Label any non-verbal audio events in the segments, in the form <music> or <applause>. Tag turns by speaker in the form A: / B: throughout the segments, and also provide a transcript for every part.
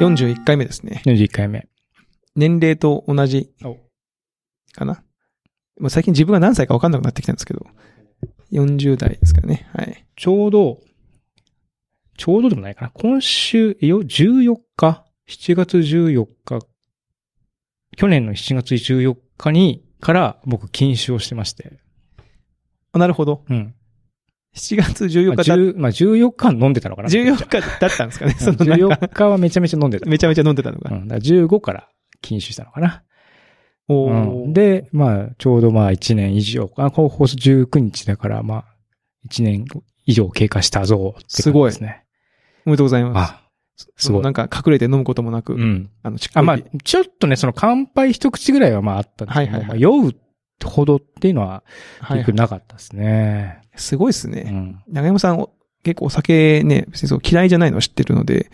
A: 41回目ですね。
B: 41回目。
A: 年齢と同じ
B: お
A: かな。まあ、最近自分が何歳か分かんなくなってきたんですけど、40代ですかね。はい。
B: ちょうど、ちょうどでもないかな。今週、よ、14日 ?7 月14日。去年の7月14日に、から僕禁酒をしてまして。
A: あなるほど。
B: うん。
A: 7月14
B: まあ、
A: 日だ、
B: 10まあ、14日は飲んでたのかな。
A: 14日だったんですか
B: <laughs>
A: ね。その
B: うん
A: なんか
B: 14日はめちゃめちゃ飲んでた。
A: めちゃめちゃ飲んでたの
B: う
A: が。
B: ん。だから15から禁酒したのかな。
A: お
B: う
A: ー
B: ん、で、まあ、ちょうどまあ1年以上、あ、この放送19日だから、まあ、1年以上経過したぞって
A: す
B: 感じ
A: ごい
B: ですね。
A: おめでとうございます。
B: あ、すごい
A: なんか隠れて飲むこともなく、
B: うん。
A: あの、ちっこい
B: あ、まあ、ちょっとね、その乾杯一口ぐらいはまああったんですけど、
A: はいはいはい
B: まあ酔うほどっていうのは、
A: はい
B: 結局なかったですね。
A: すごいですね。
B: うん。
A: 長山さん、お結構お酒ね、別にそう嫌いじゃないの知ってるので、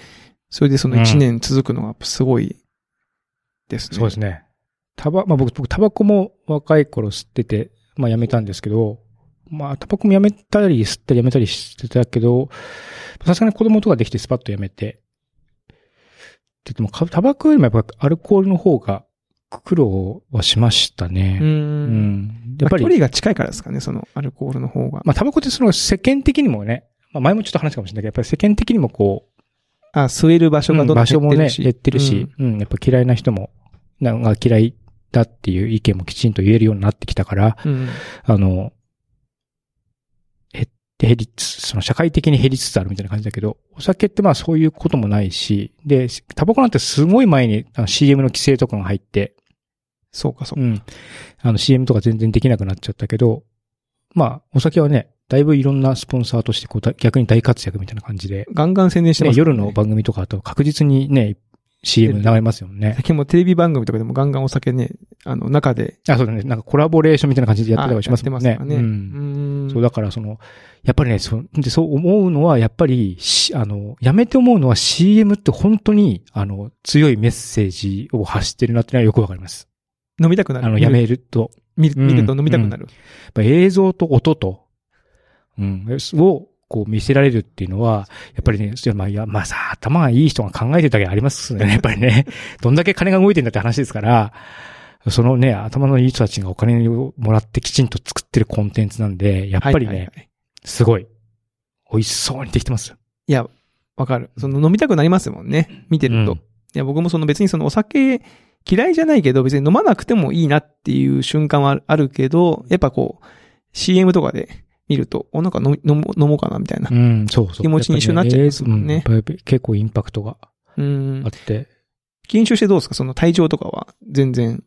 A: それでその1年続くのがやっぱすごいですね。
B: そうですね。タバ、まあ僕、僕、タバコも若い頃吸ってて、まあやめたんですけど、まあ、タバコもやめたり、吸ったりやめたりしてたけど、さすがに子供とかできてスパッとやめて。って言っても、かタバコよりもやっぱアルコールの方が苦労はしました
A: うー。
B: ね。うんやっ
A: ま
B: ぱ
A: あ距
B: り、
A: 離が近いからですかね、そのアルコールの方が。
B: まあタバコってその世間的にもね、まあ前もちょっと話したかもしれないけど、やっぱり世間的にもこう、
A: あ、吸える場所がどんどん
B: 場所
A: 減っ
B: も
A: て
B: ね
A: る、し。
B: 減ってるし、うん、やっぱ嫌いな人も、なんか嫌いだっていう意見もきちんと言えるようになってきたから、
A: うん。うん。
B: あの、減って減りつつ、その社会的に減りつつあるみたいな感じだけど、お酒ってまあそういうこともないし、で、タバコなんてすごい前にあの CM の規制とかが入って、
A: そうか、そうか。
B: うん、あの CM とか全然できなくなっちゃったけど、まあお酒はね、だいぶいろんなスポンサーとしてこうだ逆に大活躍みたいな感じで、
A: ガンガン宣伝して
B: ね、
A: ます、
B: 夜の。番組とかだと確実にね、CM 流れますよね。
A: 最近もテレビ番組とかでもガンガンお酒ね、あの、中で
B: あ、そうだね。なんかコラボレーションみたいな感じでやってたりはしますもんね。
A: あやってますからね。
B: う。
A: うんーん
B: そう、だからその、やっぱりね、そう、で、そう思うのは、やっぱり、しあの、やめて思うのは CM って本当に、あの、強いメッセージを発してるなってのはよくわかります。
A: 飲みたくなる。
B: あの、やめると、
A: 見る。
B: うん
A: 見ると飲みたくなる。
B: やっぱ映像と音と、うん、を、こう見せられるっていうのは、やっぱりね、まあ、いや、まあさ、頭がいい人が考えてるだけあります
A: <laughs>
B: よね、やっぱりね。どんだけ金が動いてんだって話ですから、そのね、頭のいい人たちがお金をもらってきちんと作ってるコンテンツなんで、やっぱりね、
A: はいはいはい
B: すごい、美味しそうにできてますよ。
A: いや、わかる。その飲みたくなりますもんね。見てると。
B: うん
A: いや、僕もその別にそのお酒嫌いじゃないけど、別に飲まなくてもいいなっていう瞬間はあるあるけど、やっぱこう、CM とかで見ると、お、なんか飲み飲もう飲もうかなみたいな
B: う。ん、そうそう。
A: 気持ちに一緒になっちゃいますもんね
B: やっぱり映像うんやっぱり結構インパクトが
A: うん
B: あっ。て、
A: 禁酒してどうですかその体調とかは全然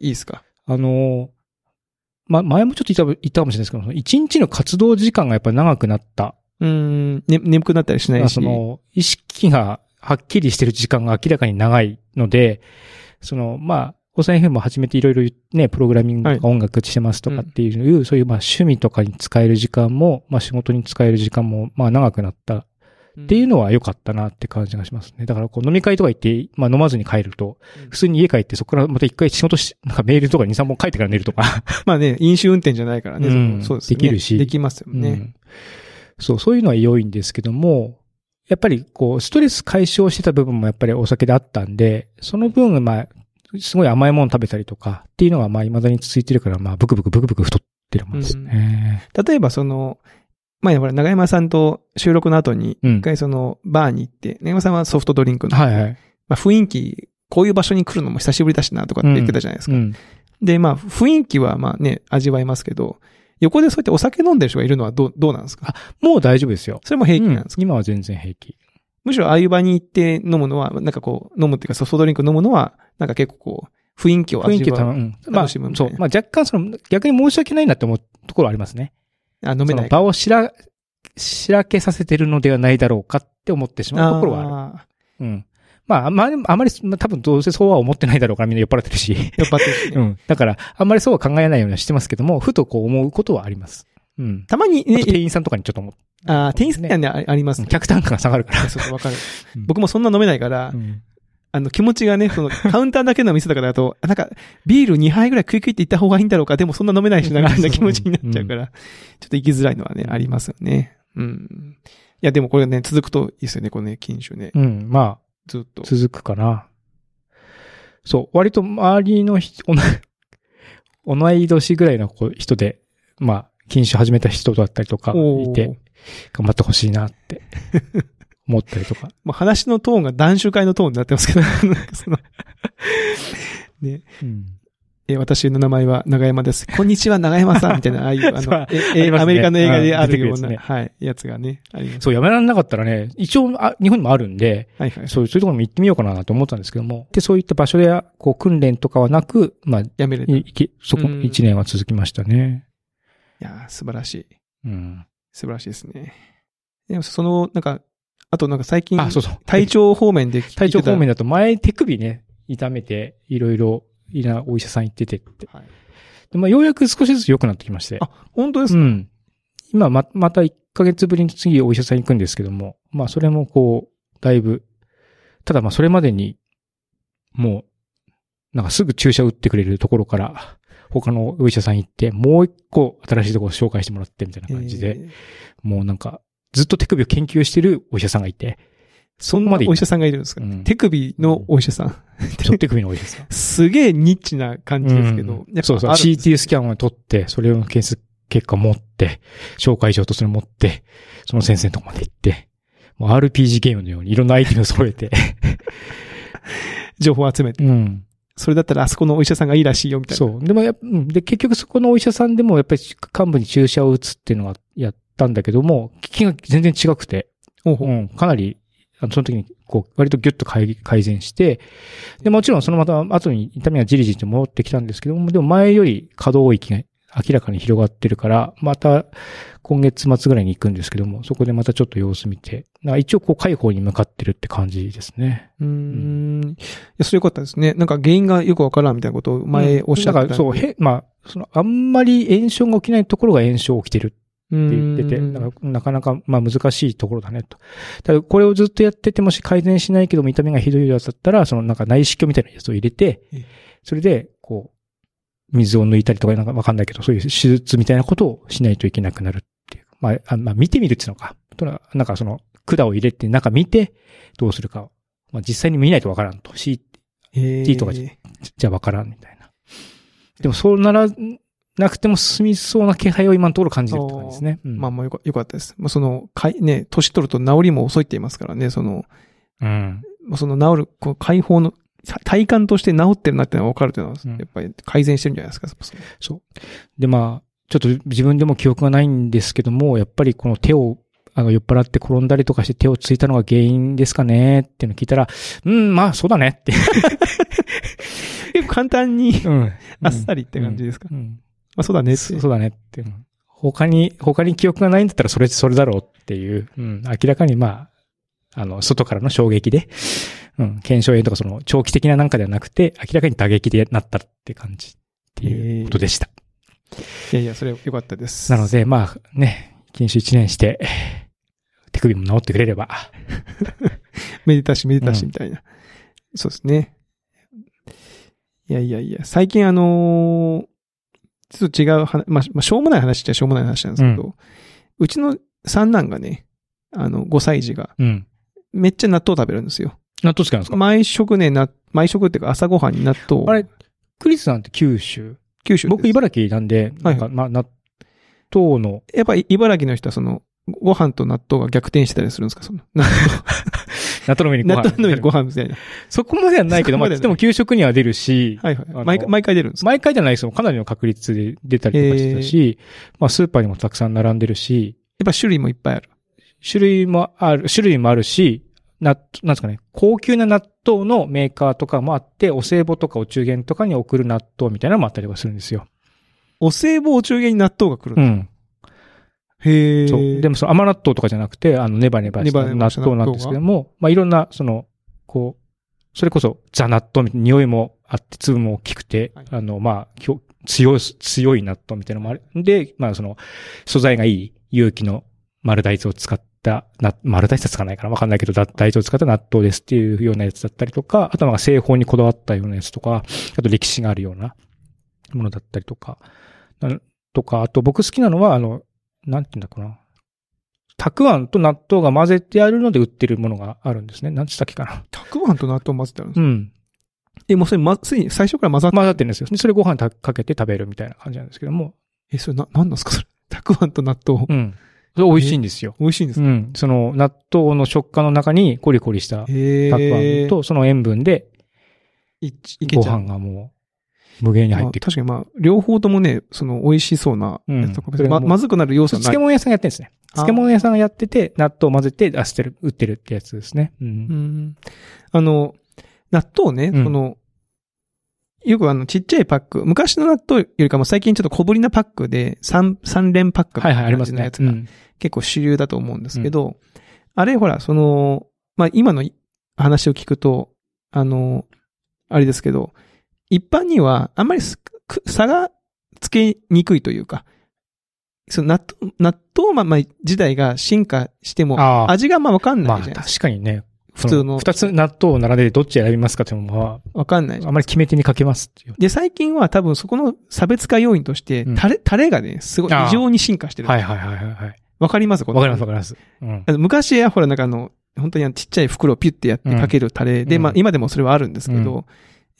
A: いいですか
B: あの、ま、前もちょっと言った言ったかもしれないですけど、その一日の活動時間がやっぱり長くなった。
A: うーん、ね、眠くなったりしな
B: まあ
A: いし。
B: その、意識がはっきりしてる時間が明らかに長いので、その、まあ、おさえ FM も始めていろいろね、プログラミングとか音楽してますとかっていう、そういうまあ趣味とかに使える時間も、まあ仕事に使える時間も、まあ長くなった
A: っ
B: っていうのは良かったなって感じがしますね。だからこう飲み会とか行って、まあ飲まずに帰ると
A: うん、
B: 普通に家帰ってそこからまた一回仕事し、なんかメールとか2、3本書いてから寝るとか。
A: まあね、飲酒運転じゃないからね。その
B: うん
A: そうですよね。
B: できるし
A: できますよ
B: う
A: ね。
B: んそう、そういうのは良いんですけども、やっぱりこうストレス解消してた部分もやっぱりお酒であったんで、その分まあ、すごい甘いもの食べたりとかっていうのがまあ未だに続いてるから、まあブクブクブクブク太ってるもんですね。
A: 例えばその、前ほら、長山さんと収録の後に、
B: うん。
A: 一回その、バーに行って、長山さんはソフトドリンクの、
B: はいはい。
A: まあ雰囲気、こういう場所に来るのも久しぶりだしなとかって言ってたじゃないですか。
B: うん。
A: で、まあ、雰囲気はまあね、味わいますけど、横でそうやってお酒飲んでる人がいるのはどう、どうなんですか
B: もう大丈夫ですよ。
A: それも平気なんですか、
B: うん今は全然平気。
A: むしろああいう場に行って飲むのは、なんかこう、飲むっていうかソフトドリンク飲むのは、なんか結構こう、雰囲気を
B: 雰
A: 味わう。
B: 囲気を楽,、うんまあ、
A: 楽し
B: そう。
A: む
B: ま
A: みたいな
B: あ若干その、逆に申し訳ないなって思うところはありますね。
A: あ、飲め
B: そ
A: な
B: の
A: い。
B: 場をしら、しらけさせてるのではないだろうかって思ってしまうところはあ
A: ああ
B: る。うん。まあ、あまり、あまり、まあ多分どうせそうは思ってないだろうからみんな酔っ払ってるし。
A: 酔っ払ってるしね
B: うん。だから、あんまりそうは考えないようにはしてますけども、ふとこう思うことはあります。うん。
A: たまに
B: あと
A: ね、
B: 店員さんとかにちょっと思って。
A: ああ店員さんにはね、ああります
B: うん
A: ね。
B: 客単価が下がるから。
A: そうそう、わかる
B: うん。
A: 僕もそんな飲めないから
B: う、ん
A: あの、気持ちがね、その、カウンターだけの店だからだと、あなんか、ビール2杯ぐらい食い食いって行った方がいいんだろうか、でもそんな飲めないしな、みたいな気持ちになっちゃうから、ちょっと行きづらいのはね、
B: うん
A: ありますよね。うん。いや、でもこれね、続くといいですよね、このね、禁酒ね。
B: うん。まあ、
A: ずっと。
B: 続くかな。そう。割と周りの人、同い、 <laughs> 同い年ぐらいの子人で、まあ、禁酒始めた人だったりとかい
A: おー
B: て、頑張ってほしいなって思ったりとか。
A: まあ、話のトーンが男子会のトーンになって
B: <laughs>
A: ますけど、なんかそのえ、私の名前は長山です。こんにちは、長山さんみたいな、ああいう、あ
B: そう
A: の、え
B: あり
A: え
B: ますね
A: アメリカの映画である
B: うん
A: よ
B: 出
A: う
B: てく
A: な、
B: るやつね
A: はい、やつがね、あります。
B: そう、やめられなかったらね、一応あ、日本にもあるんで、
A: はいはい。
B: そういうそういうところにも行ってみようかなと思ったんですけども、で、そういった場所や、こう、訓練とかはなく、まあ、
A: やめれた。い
B: いきそこ、
A: うん
B: 一年は続きましたね。
A: やー、素晴らしい。
B: うん。
A: 素晴らしいですね。でも、その、なんか、あとなんか最近、
B: あ、そうそう。
A: 体調方面で聞いてた
B: 体調方面だと前手首ね、痛めて、いろいろ、いろんなお医者さん行っててって。
A: はい
B: でまあ、ようやく少しずつ良くなってきまして。
A: あ本当ですか、
B: うん。今、ま、また1ヶ月ぶりに次お医者さん行くんですけども、まあ、それもこう、だいぶ、ただまあ、それまでに、もう、なんかすぐ注射打ってくれるところから、他のお医者さん行って、もう一個新しいところ紹介してもらってみたいな感じで、
A: えー
B: もうなんか、ずっと手首を研究してるお医者さんがい
A: <laughs>
B: て、
A: そん
B: こま
A: な
B: で
A: お医者さんがいるんですか、
B: うん
A: 手首のお医者さん。
B: ちょっと手首のお医者さん。
A: すげえニッチな感じですけど。
B: うんそうそう。
A: あるんです
B: CT スキャンを取って、それを検出結果持って、紹介状とそれ持って、その先生のとこまで行って、もう RPG ゲームのようにいろんなアイテムを揃えて、
A: 情報を集めて。
B: うん。
A: それだったらあそこのお医者さんがいいらしいよ、みたいな。
B: そう。でもやっぱ、うんで、結局そこのお医者さんでもやっぱり幹部に注射を打つっていうのはやったんだけども、効きが全然違くて、
A: ほうほう
B: うん、かなり、あのその時に、こう、割とギュッと改改善して、で、もちろんそのまた後に痛みがじりじりと戻ってきたんですけども、でも前より可動域が明らかに広がってるから、また今月末ぐらいに行くんですけども、そこでまたちょっと様子見て、なんか一応こう解放に向かってるって感じですね。
A: うーん。いや、それよかったですね。なんか原因がよくわからんみたいなことを前おっしゃってた、
B: うんだからそう、へ、まあ、その、あんまり炎症が起きないところが炎症起きてる
A: う
B: っ
A: ん
B: て言ってて、なんかなかなか、まあ難しいところだねと。ただこれをずっとやってて、もし改善しないけども痛みがひどいやつだったら、そのなんか内視鏡みたいなやつを入れて
A: ええ、
B: それで、こう、水を抜いたりとかなんかわかんないけど、そういう手術みたいなことをしないといけなくなるっていう。まあ、あまあ見てみるっていうのか。とななんかその、管を入れて、なんか見て、どうするかを。まあ実際に見ないとわからんと。し、
A: へー
B: T とかじじゃわからんみたいな。でもそうなら、なくても進みそうな気配を今のところ感じてるって感じですね。うん
A: まあまあよかよかったです。まあその、かい、ね、年取ると治りも遅いって言いますからね、その、
B: うん。
A: まあその治る、こう解放の、さ体感として治ってるなってのがわかるというのは、
B: うん
A: やっぱり改善してるんじゃないですか、そもそも
B: そう。で、まあ、ちょっと自分でも記憶がないんですけども、やっぱりこの手を、あの、酔っ払って転んだりとかして手をついたのが原因ですかねっていうのを聞いたら、うん、まあ、そうだねって。
A: 結構簡単に、 <laughs>
B: うん。
A: あっさりって感じですか。
B: うん。
A: まあそうだねって。
B: そそうだねって。うん他に、他に記憶がないんだったらそれ、それだろうっていう、うん、明らかにまあ、あの、外からの衝撃で、うん、検証炎とかその長期的ななんかではなくて、明らかに打撃でなったって感じっていうことでした。
A: いやいや、それ良かったです。
B: なので、まあね、禁酒1年して、手首も治ってくれれば。
A: めでたしめでた
B: う
A: し
B: ん
A: みたいな。そうですね。いやいやいや、最近あのーちょっと違う話、まあ、まあ、しょうもない話っちゃしょうもない話なんですけど、うちの三男がね、あの、5歳児が、
B: うん。
A: めっちゃ納豆食べるんですよ。
B: 納豆好きなんですか、
A: 毎食ね、な、毎食っていうか朝ごはんに納豆を。
B: あれ、クリスさんって九州
A: 九州です
B: 僕、茨城なんで、なんか、まあ、納豆の、
A: やっぱり茨城の人はその、ご飯と納豆が逆転してたりするんですかその、納
B: 納豆の上 <laughs> にご
A: 納
B: 飯。
A: 豆の上にご飯みたいな。
B: <laughs> そこまではないけ
A: そこ
B: ど、ま
A: ま
B: あ、
A: ではない
B: でも給食には出るし、
A: はいは
B: あの
A: い。毎回、毎回出るんですか
B: 毎回じゃないですよ。かなりの確率で出たりとかしてたし、まあ、スーパーにもたくさん並んでるし、
A: やっぱ種類もいっぱいある。
B: 種類もある、種類もあるし、な、なんですかね、高級な納豆のメーカーとかもあって、お歳暮とかお中元とかに送る納豆みたいなのもあったりとかするんですよ。
A: お歳暮お中元に納豆が来るんだ
B: うん。
A: へえ。
B: そう。でもその甘納豆とかじゃなくて、あの、ネバネバした
A: ネバネバ
B: 納
A: した納豆
B: 豆
A: が
B: なんですけども、まあいろんな、その、こう、それこそザ納豆みたいな匂いもあって、粒も大きくて、
A: はい
B: あの、まあ、きょ強い、強い納豆みたいなのもある。で、まあその、素材がいい有機の丸大豆を使った、な、丸大豆は使わないかなわかんないけど、だ大豆を使った納豆ですっていうようなやつだったりとか、あとはなんか製法にこだわったようなやつとか、あと歴史があるようなものだったりとか、なとか、あと僕好きなのは、あの、なんていうんだろうな。たくあんと納豆が混ぜてあるので売ってるものがあるんですね。なんつったっけかな。
A: たくあんと納豆混ぜてあるんです
B: う
A: か、
B: ん。
A: え、もうそれ、ま、すでに最初から混ざって、
B: 混ざってるんですよ。でそれご飯たかけて食べるみたいな感じなんですけども。
A: え、それな、なんなんですかそれ。たくあんと納豆。
B: うん。それ美味しいんですよ。
A: 美味しいんです
B: う
A: か、
B: ん。その納豆の食感の中にコリコリした
A: へえ。
B: たくあんと、その塩分で
A: い、いけ
B: ご
A: ちゃう。
B: 飯がもう無限に入
A: ま
B: っ
A: あ
B: てくる。
A: 確かにまあ、両方ともね、その、美味しそうなやつとか、
B: うん
A: 別にま
B: それも
A: まずくなる要素はない
B: 漬。物屋さんがやってるんですね。
A: あー
B: 漬物屋さんがやってて、納豆を混ぜて出してる、売ってるってやつですね。う。
A: うんん。あの、納豆ね、
B: うん
A: その、よくあの、ちっちゃいパック、昔の納豆よりかも最近ちょっと小ぶりなパックで、三、三連パックみ
B: は
A: た
B: い
A: い
B: はい、
A: な
B: あり
A: 感
B: ま
A: じ
B: す
A: の
B: ね
A: や。つ
B: う
A: が
B: ん。
A: 結構主流だと思うんですけど、あれほら、その、まあ、今の話を聞くと、あの、あれですけど、一般にはあんまりすく差がつけにくいというか、その納豆、納豆まま自体が進化しても、
B: ああ。
A: 味がまあわかん
B: ま
A: な
B: あ
A: いじゃないですか。
B: 確かにね。
A: 普通の
B: 二つ納豆を並べてどっち選びますかっていうのは、
A: わかんないじゃん
B: あまり決め手にかけますっていう。
A: で、最近は多分そこの差別化要因として、
B: うん
A: タレ、タレがね、すごい
B: ああ
A: 異常に進化してる。
B: はいはいはいはいはい。
A: わかりますこの
B: わかりますわかります。うん。
A: あの昔はほらなんかあの、本当にあのちっちゃい袋をピュッてやってかけるタレ、で、
B: うん
A: まあ今でもそれはあるんですけど、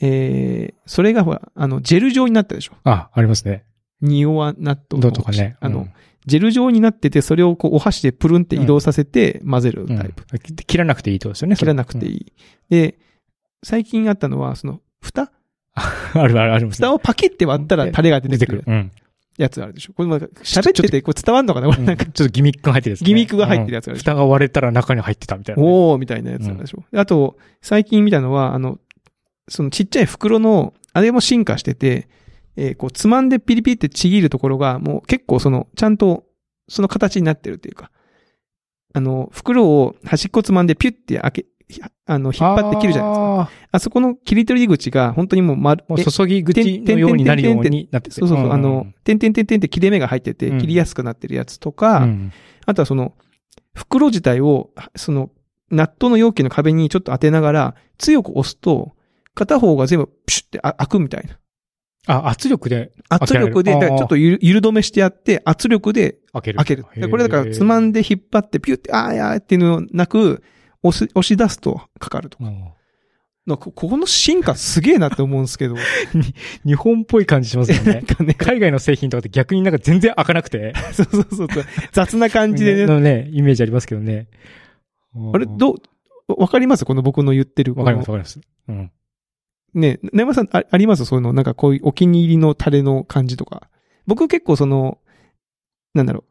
A: えー、それがほら、あの、ジェル状になったでしょ
B: あ、ありますね。
A: ニオア納豆
B: ど
A: の。
B: うとかね。
A: あの、
B: うん
A: ジェル状になってて、それをこうお箸でプルンって移動させて混ぜるタイプ。
B: うん切らなくていいってことですよね。
A: 切らなくてい
B: い。
A: い。で、最近あったのは、その、蓋
B: うんあるあるありますね
A: 蓋をパキって割ったらタレが出
B: 出
A: て
B: て
A: く
B: く
A: る
B: る。うん。
A: やつあるでしょこれなんか喋っててこれ伝わんのかなこれ
B: うん
A: なんか、
B: ちょっとギミックが入ってるやつね。
A: ギミックが入ってるやつがある
B: うん蓋が割れたら中に入ってたみたいなね。
A: おーみたいなやつあるでしょ、あと、最近見たのは、あの、そのちっちゃい袋の、あれも進化してて、えーこう、つまんでピリピリってちぎるところが、もう結構その、ちゃんと、その形になってるっていうか、あの、袋を端っこつまんでピュッて開け、ひあの、引っ張って切るじゃないですか。あ
B: か。
A: そこの切り取り口が、本当にもう丸、
B: もう
A: え
B: 注ぎ口のようになるようになってて
A: そうそうそう、あの、、点々点々って切れ目が入ってて、
B: うん
A: 切りやすくなってるやつとか、
B: うん
A: あとはその、袋自体を、その、納豆の容器の壁にちょっと当てながら、強く押すと、片方が全部プシュってあ開くみたいな。
B: あ、圧力で開
A: 圧
B: けられる
A: 力で、だから
B: あー
A: ちょっとゆるゆる止めしてやって、圧力で
B: 開ける。
A: 開ける。でこれだから、つまん
B: で。
A: で引っ張って、ピュって、あーやーっていうのなく、押す、押し出すとかかると。
B: うん
A: なんかこここの進化すげえなって思うんですけど。
B: 日本っぽい感じします
A: <laughs>
B: よ
A: なん
B: ね。
A: かね、
B: 海外の製品とかって逆になんか全然開かなくて。
A: そうそうそうそう。雑な感じでね。
B: のね、イメージありますけどね。
A: あれ、どう、わかりますこの僕の言ってる。
B: わかりますわかります。うん。
A: ね、なやまさんあ、ありますそういうの、なんかこういうお気に入りのタレの感じとか。僕結構その、なんだろう、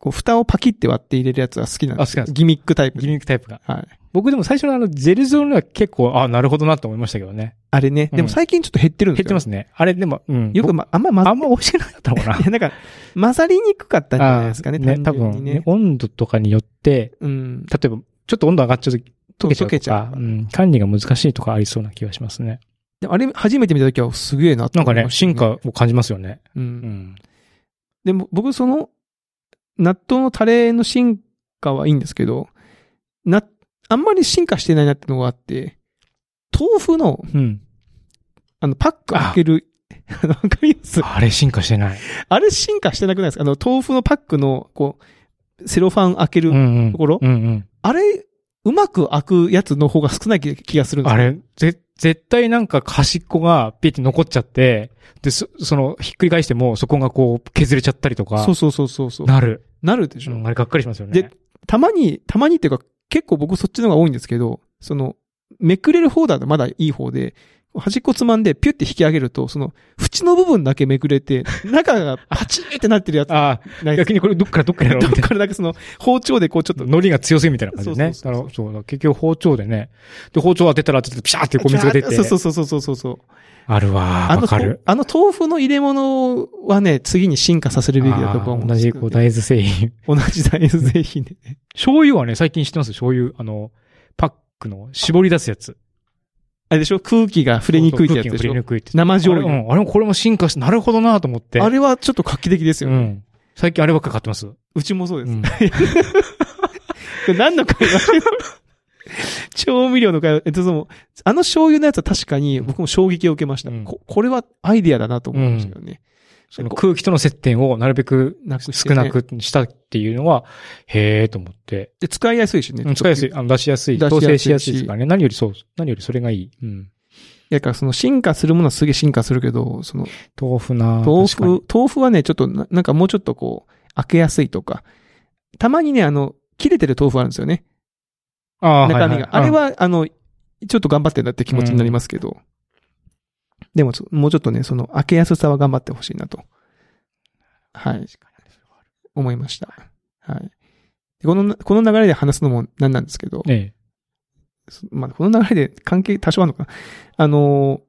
A: こう、蓋をパキって割って入れるやつが好きなんで
B: あ、好
A: す。
B: きなんです。
A: ギミックタイプ
B: ギ。ミックタイプが。
A: はい。
B: 僕でも最初のあの、ジェルゾーンは結構、あ、なるほどなと思いましたけどね。
A: あれね、
B: うん
A: でも最近ちょっと減ってるんで
B: 減っ
A: す
B: て
A: よ、
B: ますね。あれでも、うん。
A: よく、ま、あんま混ざ
B: あんま美味しくなかったのかな。
A: <laughs> いや、なんか、混ざりにくかったんじゃないですかね、
B: あー
A: 単
B: 多
A: 純
B: 分
A: に
B: ね
A: ね。。
B: 温度とかによって、
A: うん。
B: 例えば、ちょっと温度上がっちゃう
A: と
B: と
A: 溶
B: 溶
A: け
B: け
A: ち
B: ち
A: ゃ
B: ゃ
A: う
B: う
A: と
B: と
A: か。
B: か。うん。管理が難しいとかありそうな気がしますね。
A: であれ、初めて見た時はすげえなって
B: なん
A: 思
B: か
A: いま
B: ね、
A: したね
B: 進。化を感じますよね。
A: う。
B: うんん。
A: でも僕その、納豆のタレの進化はいいんですけど、な、あんまり進化してないなってのがあって、豆腐の、
B: うん。
A: あの、パック開ける、あの、わかります
B: あれ進化してない。
A: あれ進化してなくないですかあの、豆腐のパックの、こう、セロファン開ける、
B: うんうん。
A: ところ
B: うんうん。
A: あれ、うまく開くやつの方が少ない気気がするんです
B: あ
A: よ
B: れ、ぜ、絶対なんか端っこがピッて残っちゃって、で、そ、その、ひっくり返しても、そこがこう、削れちゃったりとか
A: そ、うそうそうそうそう。
B: なる。
A: なるでし
B: う
A: ょ、
B: んあれがっかりしますよね。
A: で、たまに、たまにっていうか、結構僕そっちの方が多いんですけど、その、めくれる方だとまだいい方で、端っこつまんでピュって引き上げると、その、縁の部分だけめくれて、中がパチーってなってるやつ
B: あ
A: な
B: あ、
A: いです
B: 逆にこれどっからどっからやろう
A: ど
B: み
A: った <laughs>
B: いな。
A: からだけその、包丁でこうちょっと、
B: 海苔が強すぎみたいな感じでね。
A: そ
B: そうう
A: そう
B: そ
A: そう
B: う結局包丁でね。で、包丁当てたらちょっとピシャーってこう水が出て。
A: そうそうそうそうそうそう。
B: ある
A: あ
B: わー。
A: の
B: わかる。
A: とあの豆腐の入れ物はね、次に進化させるべきだと僕は思
B: あ
A: う
B: ー
A: んで
B: 同
A: すけ
B: じ
A: ど
B: こう大豆製品。
A: 同じ大
B: <laughs>
A: 豆製品で。
B: 醤油はね、最近知ってます醤油。あの、パックの絞り出すやつ。
A: あれでしょ空気が触れにくいってやつでし
B: 触
A: ょ
B: れにくいって。
A: 生
B: あれ
A: 醤
B: う
A: 油。
B: ん。あれもこれも進化して、なるほどなと思って。
A: あれはちょっと画期的ですよ
B: う
A: ね。
B: ん。最近あればっか買ってます。
A: うちもそうです。
B: うん
A: これ何の会話 <laughs> 調味料の会話、えっと、その、あの醤油のやつは確かに僕も衝撃を受けました。
B: うん
A: ここれはアイディアだなと思いましたよね。
B: その空気との接点をなるべく
A: なくして
B: 少
A: ね
B: なくしたっていうのは、へえと思って。
A: で、使いやすいしね。
B: うん使いやすい、あの出しやすい、
A: 出しやす
B: 調
A: いし
B: 整しやすいですからね。何よりそう、何よりそれがいい。うん。
A: だからその進化するものはすげえ進化するけど、その
B: 豆腐な
A: 豆
B: 確かに
A: 腐、豆腐はね、ちょっとななんかもうちょっとこう、開けやすいとか。たまにね、あの、切れてる豆腐あるんですよね。
B: あー
A: 中身が。
B: はいはい
A: あれは、あの、ちょっと頑張ってんだって気持ちになりますけど。でも、そもうちょっとね、その、開けやすさは頑張ってほしいなと。はい。思いました。はい。でこの、この流れで話すのもなんなんですけど、
B: え
A: そまあ、この流れで関係多少あるのかな。あのー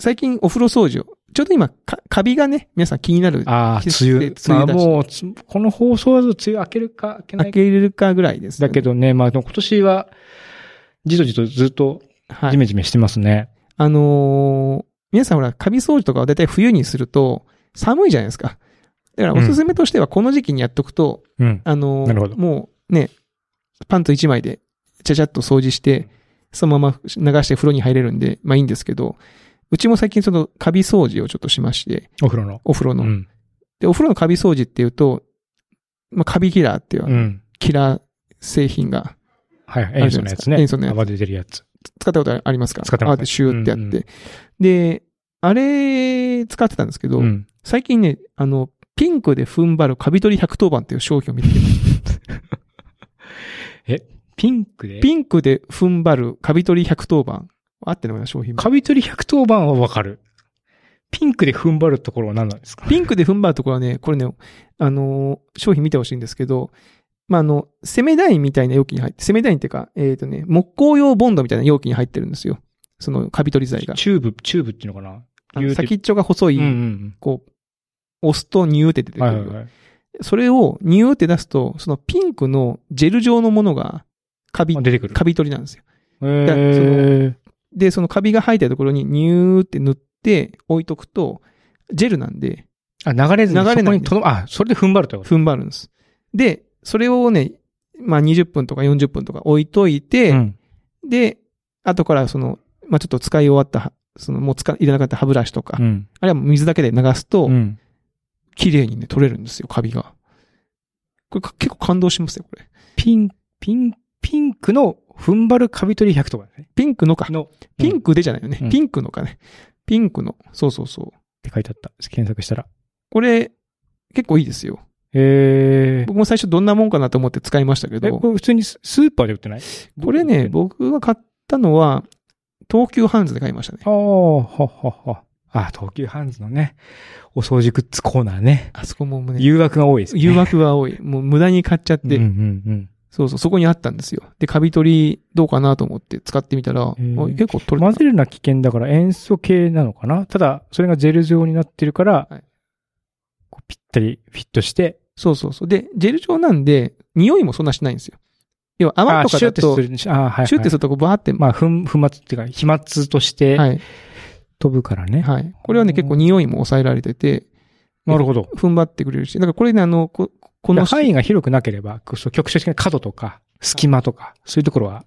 A: 最近お風呂掃除を、ちょうど今、かカビがね、皆さん気になる
B: え。ああ、
A: 季節
B: 梅雨
A: で。梅
B: ま
A: 雨
B: あ
A: だし
B: もうつ、この放送だと梅雨明けるか、明けない
A: 開
B: か。
A: けれるかぐらいです、
B: だけ、どね、まあでも今年は、じとじとずっと
A: は
B: ジ
A: い。
B: メジメしてますね。
A: あのー皆さんほら、カビ掃除とかはだいたい冬にすると、寒いじゃないですか。だからおすすめとしては、この時期にやっとくと、
B: うん。
A: あのー
B: なるほど
A: もうね、パンツ一枚で、ちゃちゃっと掃除して、そのまま流して風呂に入れるんで、まあいいんですけど、うちも最近そのカビ掃除をちょっとしまして、
B: お風呂の。
A: お風呂
B: う
A: の。
B: ん。
A: で、お風呂のカビ掃除っていうと、まあ、カビキラーっていう、
B: うん。
A: キラー製品が、
B: はいはい。
A: あ
B: 塩
A: るじ
B: 素
A: ゃ
B: の
A: ないで
B: や
A: す
B: つ
A: か
B: ね。
A: 塩素のやつ
B: 泡出てるやつ。
A: 使ったことありますか
B: 使ってます
A: あでシューってやって。
B: うんう
A: で、あれ、使ってたんですけど、
B: うん。
A: 最近ね、あの、ピンクで踏ん張るカビ取り110番っていう商品を見つけて、
B: ピンクで
A: ピンクで踏ん張るカビ取り110番。あってんのかな、商品名
B: カビ取り110番はわかる。ピンクで踏ん張るところは何なんですか
A: ピンクで踏ん張るところはね、これね、あのー商品見てほしいんですけど、まあ、あの、セメダインみたいな容器に入って、セメダインっていうか、えっ、とね、木工用ボンドみたいな容器に入ってるんですよ。その、カビ取り剤が。
B: チューブ、チューブっていうのかな
A: あの
B: 言うて
A: 先っちょが細い、
B: うんうん
A: こう、押すとニューって出てく
B: うん。は
A: る。
B: いはいはい。
A: それをニューって出すと、そのピンクのジェル状のものが、カビ
B: あ、出てくる。
A: カビ取りなんですよ。
B: え
A: だからそ
B: ー。
A: で、そのカビが生えてるところにニューって塗って置いとくと、ジェルなんで、
B: あ、流れずに
A: 流れない
B: そこにとどま、あ、それで踏ん張るってこと
A: 踏ん張るんです。で、それをね、まあ、20分とか40分とか置いといて、
B: うん。
A: で、後からその、まあ、ちょっと使い終わったは、その、もう使い、いらなかった歯ブラシとか、
B: うん。
A: あるいはもう水だけで流すと、
B: うん。
A: 綺麗にね、取れるんですよ、カビが。これか結構感動しますよ、これ。
B: ピン、ピン、ピンクの踏ん張るカビ取り100とかね。
A: ピンクのか。
B: の、
A: ピンクでじゃないよね。
B: うん
A: ピンクのかね。ピンクの。そうそうそう。
B: って書いてあった。検索したら。
A: これ、結構いいですよ。
B: えー。
A: 僕も最初どんなもんかなと思って使いましたけ
B: え、
A: ど、
B: こ
A: こ
B: れ普通にススーパーで売ってない
A: れね、
B: ど
A: 僕が買ったのは、東急ハンズで買いましたね。
B: ああ、ははは。あ、東急ハンズのね、お掃除グッズコーナーね。
A: あそこもね、
B: 誘惑が多いです、ね。
A: 誘惑が
B: <laughs>
A: 多い。もう無駄に買っちゃっ
B: で、
A: て、そうそう、そこにあったんですよ。で、カビ取りどうかなと思って使ってみたら、あ
B: ー
A: 結構取れ
B: 混
A: た。
B: ぜるのは危険だから塩素系なのかなただ、それがジェル状になってるから、
A: はい
B: こうぴったりフィットして、
A: そうそうそう。で、ジェル状なんで、匂いもそんなしないんですよ。要は泡とか
B: シュ
A: だ
B: ッて
A: と、
B: す
A: シュ
B: るね。あーはい、はい。
A: ッてするとこうバーって、
B: まあ、粉、粉末っていうか、飛沫として
A: はい。
B: 飛ぶからね。
A: はい。これはね、結構匂いも抑えられてて、
B: なるほど。
A: 踏ん張ってくれるし、だからこれね、あの、ここの、
B: 範囲が広くなければ、こうそう局所的な角とか、隙間とか、そういうところは、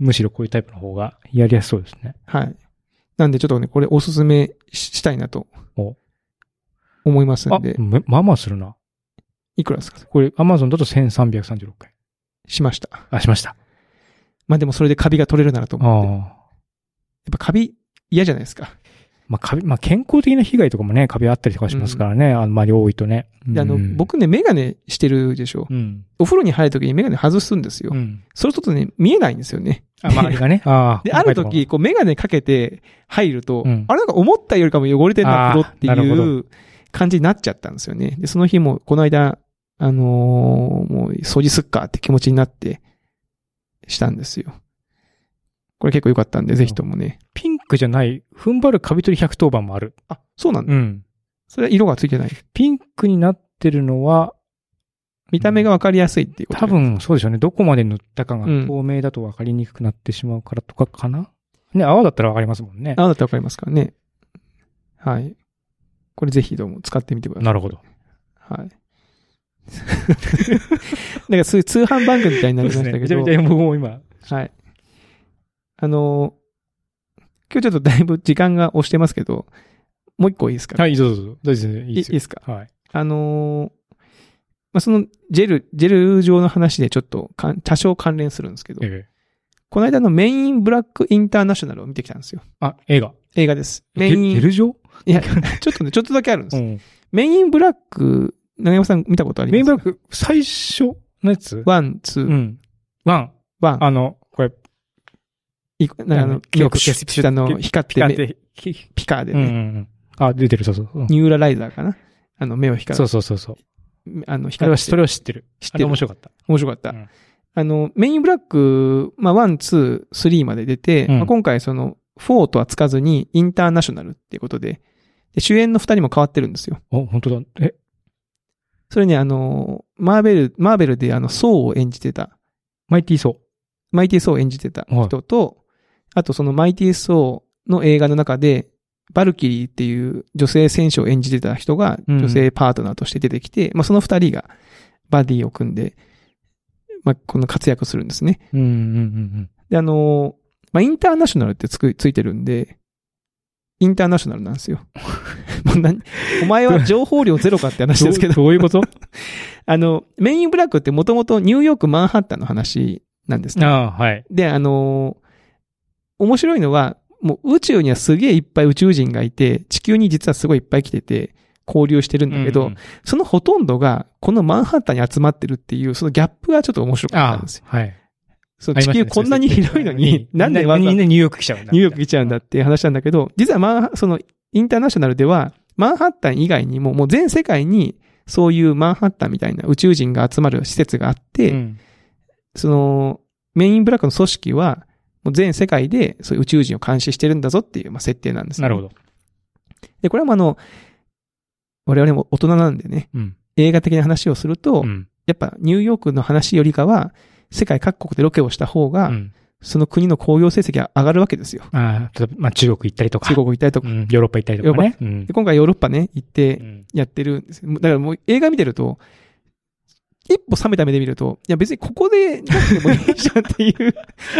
B: むしろこういうタイプの方がやりやすそうですね。
A: はい。なんでちょっとね、これおすすめししたいなと
B: お、
A: 思います
B: あ
A: んで、、
B: めまあまあするな。
A: いくらですか
B: これ、アマゾンだと1336円。
A: しました。
B: あ、しました。
A: まあでもそれでカビが取れるならと
B: ああ
A: 思って。やっ。ぱカビ嫌じゃないですか。
B: まあ、カビ、まあ、健康的な被害とかもね、カビあったりとかしますからね、あんまり多いとね。
A: で、あの、
B: うん、
A: 僕ね、メガネしてるでしょ。
B: うん。
A: お風呂に入るときにメガネ外すんですよ
B: う。ん。
A: そうするとね、見えないんですよね。
B: あ、周り
A: <laughs>
B: がね。ああ。
A: で、ある時、
B: き
A: こうメガネかけて入ると、
B: うん
A: あれなんか思ったよりかも汚れてんな、
B: あ
A: 風
B: ー
A: 呂って
B: なるほ
A: いう感じになっちゃったんですよね。で、その日も、この間、あのーもう掃除すっかって気持ちになって、したんですよ。これ結構良かったんで、ぜひともね。
B: ピンクじゃない、踏ん張るカビ取り110番もある。
A: あ、そうなんだ。
B: うん。
A: それは色がついてない。
B: ピンクになってるのは、
A: 見た目がわかりやすいっていうこと
B: 多
A: で。
B: 分そうでしょうね。どこまで塗ったかが
A: うん
B: 透明だと分かりにくくなってしまうからとかかな、ね、泡だったら分かりますもんね。
A: あなたわかりますからね。はい。これぜひどうも使ってみてください。
B: るほど。
A: はい。 <laughs> なんかそういう通販番組みたいになりま
B: そう
A: した
B: ですね。
A: け
B: めちゃ
A: ど
B: めち。ゃ僕も今。
A: はい。あのー今日ちょっとだいぶ時間が押してますけど、もう一個いいですか
B: はい、どうぞどうぞ。大丈夫ですね。い
A: い
B: い
A: い
B: で
A: ですす
B: よ
A: か
B: はい。
A: あのーまあ、そのジェル、ジェル上の話でちょっとかん多少関連するんですけど、
B: ええ
A: この間のメインブラックインターナショナルを見てきたんですよ。
B: あ、映画。
A: 映画です。メ
B: ゲ
A: イ
B: ゲ
A: ン、
B: ル状
A: いや、ちょっとね、ちょっとだけあるんです。
B: うん。
A: メインブラック、長山さん見たことあります
B: メインブラック、最初のやつ
A: ワン、ツ
B: う
A: ー、
B: ん。ワン。
A: ワン。
B: あの、これ、
A: いくなんかあ
B: なん
A: の
B: か、
A: 記憶
B: 記
A: 消
B: 憶
A: し、ピカの、光って
B: ピカ
A: 目、
B: ってひひ
A: ピカで
B: うんうんう
A: ね、
B: ん。あ、出てる、そうそう。うん
A: ニューラライザーかなあの、目を光
B: そ
A: ら
B: うそうそうそう。
A: あの、
B: あれ
A: 光ら
B: は、それは知ってる。
A: 知っ
B: あ
A: て
B: れ
A: る
B: 面。白かった。
A: 面白かった。
B: うん
A: あの、メインブラック、まあ、ワン、ツー、スリーまで出て、
B: うん
A: まあ、今回その、フォーとはつかずに、インターナショナルっていうことで、で主演の二人も変わってるんですよ。
B: お、本当だ。え、
A: それにあの、マーベル、マーベルであの、ソーを演じてた、
B: マイティーソ
A: マイティー・ソーを演じてた人と、あとそのマイティー・ソーの映画の中で、バルキリーっていう女性選手を演じてた人が、
B: うん
A: 女性パートナーとして出てきて、まあその二人がバディを組んで、まあこの活躍するんですね。
B: ー。うんうんうん
A: で、あの、まあインターナショナルってつく、ついてるんで、インターナショナルなん
B: <laughs>
A: ですよ。もう何お前は情報量ゼロかって
B: うん。
A: 話ですけど
B: どうどういうこと <laughs>
A: あの、メインブラックってもともとニューヨーク・マンハッタンの話なんですね。
B: ああー、はい。
A: で、あのー面白いのは、もう宇宙にはすげえいっぱい宇宙人がいて、地球に実はすごいいっぱい来てて、交流してるんだけど、
B: うんうん、
A: そのほとんどが、このマンハッタンに集まってるっていう、そのギャップがちょっと面白かっ
B: あ
A: たん
B: あ
A: ですよ。、
B: はい。
A: そう
B: あり
A: 地
B: まし
A: 球
B: たね
A: こんなに広いのに、 <laughs> なんでわざ
B: み
A: わ
B: ん
A: ざ
B: なニューヨーク来ちゃうんだ。
A: ニューヨーク来ちゃうんだっていう話なんだけど、実はマン、その、インターナショナルでは、マンハッタン以外にも、もう全世界に、そういうマンハッタンみたいな宇宙人が集まる施設があって、
B: うん
A: その、メインブラックの組織は、もう全世界でそういう宇宙人を監視してるんだぞっていう、まあ、設定なんです、
B: なるほ
A: ど。
B: ど。
A: で、これはまああの、我々も大人なんでね、
B: うん。
A: 映画的な話をすると、
B: うん
A: やっぱニューヨークの話よりかは、世界各国でロケをした方が、
B: うん
A: その国の興行成績が上がるわけですよ。
B: ああ、例えば、まあ中国行ったりとか。
A: 中国行ったりとか。
B: うん。ヨーロッパ行ったりとかね。うん
A: で今回ヨーロッパね、行って
B: うん
A: やってるんですよ。だからもう映画見てると、一歩冷めた目で見ると、いや別にここでなくてもいいじゃんっていう。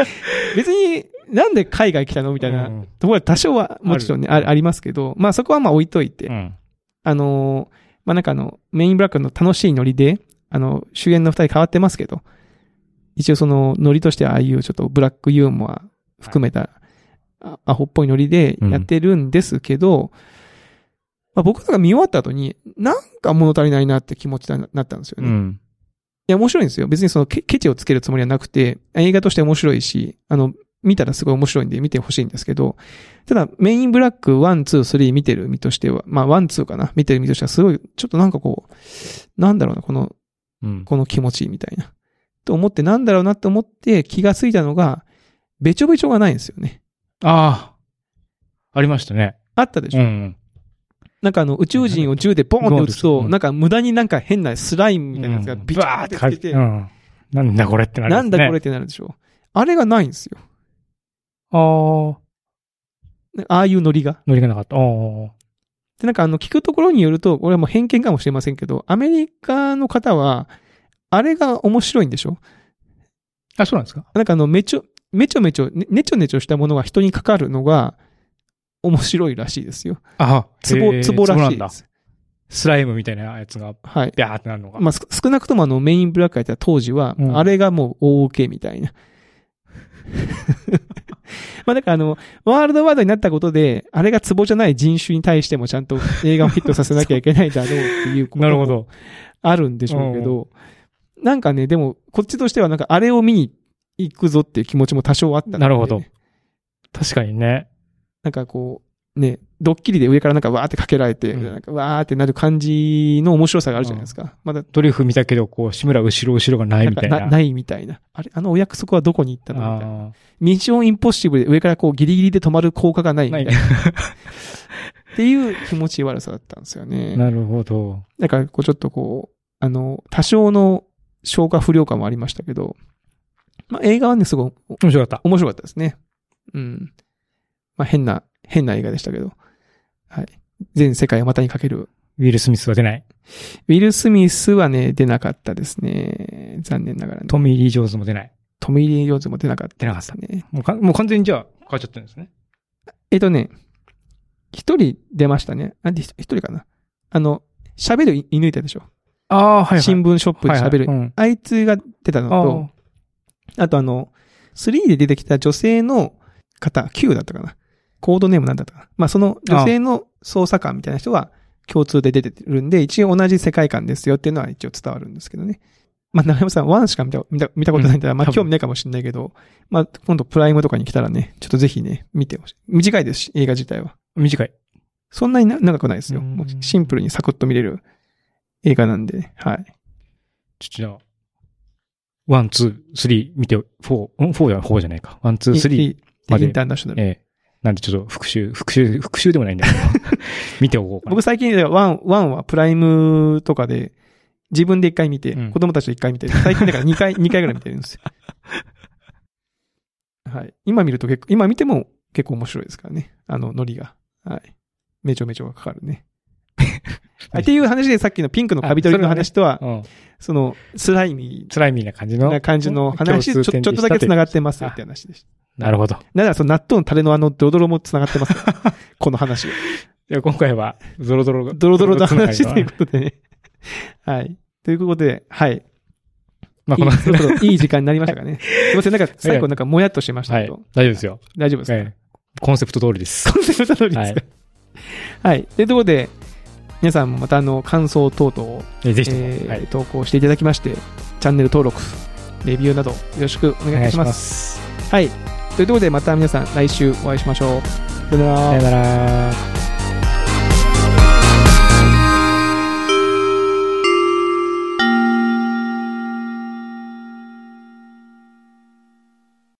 A: <laughs> 別になんで海外来たのみたいな
B: うん
A: ところは多少はもちろんね、あ
B: ある
A: ありますけど、まあそこはまあ置いといて、
B: うん
A: あのーまあなんかあの、メインブラックの楽しいノリで、あの、主演の二人変わってますけど、一応そのノリとしてはああいうちょっとブラックユーモア含めた、あアホっぽいノリでやってるんですけど、まあ僕らが見終わった後に、なんか物足りないなって気持ちになったんですよ
B: う
A: ね。い
B: ん。
A: や、面白いんですよ。別にそのケケチをつけるつもりはなくて、映画として面白いし、あの、見たらすごい面白いんで見てほしいんですけど、ただメインブラック1、2、3見てる身としては、まあ1、2かな見てる身としてはすごい、ちょっとなんかこう、なんだろうな、この、
B: うん。
A: この気持ちみたいな。と思ってなんだろうなって思って気がついたのが、べちょべちょがないんですよね。
B: ああ、ありましたね。
A: あったでしょ、
B: うん。
A: なんかあの、宇宙人を銃でボーンって撃つ
B: う
A: と、
B: ん
A: なんか無駄になんか変なスライムみたいなやつがビチャーってつけて、
B: うんうんなんだこれってなる
A: なん
B: ですね。
A: だこれってなるでしょあれがないんですよ。
B: ああ、
A: ああいうノリが。
B: ノリがなかった。ああ。
A: で、なんかあの、聞くところによると、これはもう偏見かもしれませんけど、アメリカの方は、あれが面白いんでしょ
B: あ、そうなんですか
A: なんかあの、めちょ、めちょめちょ、ねねちょねちょしたものが人にかかるのが、面白いらしいですよ。
B: あ
A: ツボ、ツボらしい
B: ん
A: で
B: だ。
A: す。
B: スライムみたいなやつが、
A: はい。
B: ビャーってなるのが。
A: まあ、す少なくともあの、メインブラックやった当時は、
B: うん
A: あれがもう大受けみたいな。 <laughs> まあ、だからあの、ワールドワードになったことで、あれがツボじゃない人種に対してもちゃんと映画をヒットさせなきゃいけないだろうっていうことも
B: <laughs> なるほど。
A: あるんでしょうけど、なんかね、でも、こっちとしてはなんかあれを見に行くぞっていう気持ちも多少あったので
B: なるほど。確かにね。
A: なんかこう、ね、ドッキリで上からなんかわーってかけられて、
B: うん
A: なんかわーってなる感じの面白さがあるじゃないですか。まだ、
B: ドリフ見たけど、こう、志村後ろ後ろがない
A: なん
B: みた
A: か
B: いな。
A: なないみたいな。あれ、あのお約束はどこに行ったのみたいな。
B: あ
A: ミッションインポッシブルで上からこうギリギリで止まる効果がない
B: あ
A: みた
B: ないい
A: な。 <laughs> っていう気持ち悪さだったんですよね。
B: なるほど。
A: だから、こう、ちょっとこう、あの、多少の消化不良感もありましたけど、まあ、映画はね、すごいお
B: 面白かっ
A: 面白かったですね。うん。まあ、変な、変な映画でしたけど、はい。全世界を股にかける。
B: た。ウィル・スミスは出ない。
A: ウィル・スミスはね、出なかったですね。残念ながらね。
B: トミー・リー・ジョーンズも出ない。
A: トミー・リー・ジョーンズも出なかった、
B: 出なかった
A: ね。
B: もうかもう完全にじゃあ、変わっちゃってるんですね。
A: えっとね、一人出ましたね。あ、で一人かな。あの、喋る犬いたでしょ。
B: ああ、はい、はい。
A: 新聞ショップで喋る。
B: はいはいうん
A: あいつが出たのと、あとあの、3で出てきた女性の方、Q だったかな。コードネームなんだったかな。まあ、その女性の捜査官みたいな人が共通で出てるんで、一応同じ世界観ですよっていうのは一応伝わるんですけどね。まあ、長山さん、1しか見た見た見たことないんだら、
B: うん
A: まあ、
B: 多分
A: 興味ないかもしれないけど、まあ、今度プライムとかに来たらね、ちょっとぜひね、見てほしい。短いですし、映画自体は。
B: 短い。
A: そんなにな長くないですよ。
B: うん
A: もうシンプルにサクッと見れる映画なんで、はい。
B: ちょっとじゃあ、ワン、ツー、スリー見て、フォー、んフォーじゃ、フォーじゃないか。ワン、ツー、スリー。
A: イ
B: まで
A: インターナショナル。
B: ええなんでちょっと復習、復習、復習でもないんだけど、 <laughs> 見ておこうかな。
A: 僕最近ではワン、ワンはプライムとかで、自分で一回見て、
B: うん
A: 子供たちと一回見て、最近だから二
B: <laughs>
A: 回、二回ぐらい見てるんですよ。はい。今見ると結構、今見ても結構面白いですからね。あの、ノリが。はい。めちょめちょがかかる
B: <laughs>
A: ね。はいっていう話でさっきのピンクのカビ取りの話とは、
B: うん。
A: その、スライミ
B: 辛いみな感じの。
A: ーな感じの話、ちょち
B: 共通
A: ょっ
B: 点
A: と
B: でした
A: だけ
B: という
A: 繋がってますよって話でした。
B: なるほど。
A: ならその納豆のタレのあのドロドロも繋がってますから
B: <laughs>
A: この話は。
B: じゃあ今回は、ゾロゾロが。
A: ドロドロの話
B: ゾロ
A: と
B: ゾ
A: い
B: ロ
A: う
B: が
A: ことでね。はい。ということで、はい。
B: まあ
A: い
B: こ
A: い
B: の、
A: そろそろいい時間になりましたかね。すいません、なんか最後なんかもやっとしてました
B: は
A: け
B: い
A: ど、。
B: 大丈夫ですよ。
A: 大丈夫ですか、
B: ええコンセプト通りです。
A: コンセプト通りですかはい、というところで、皆さんもまたあの、感想等々を、
B: えぜひとも、
A: えー
B: はい。
A: 投稿していただきまして、チャンネル登録、レビューなどよろしくお願いいたします。
B: す。
A: はい。というところで、また皆さん来週お会いしましょう。さよなら
B: さよなら。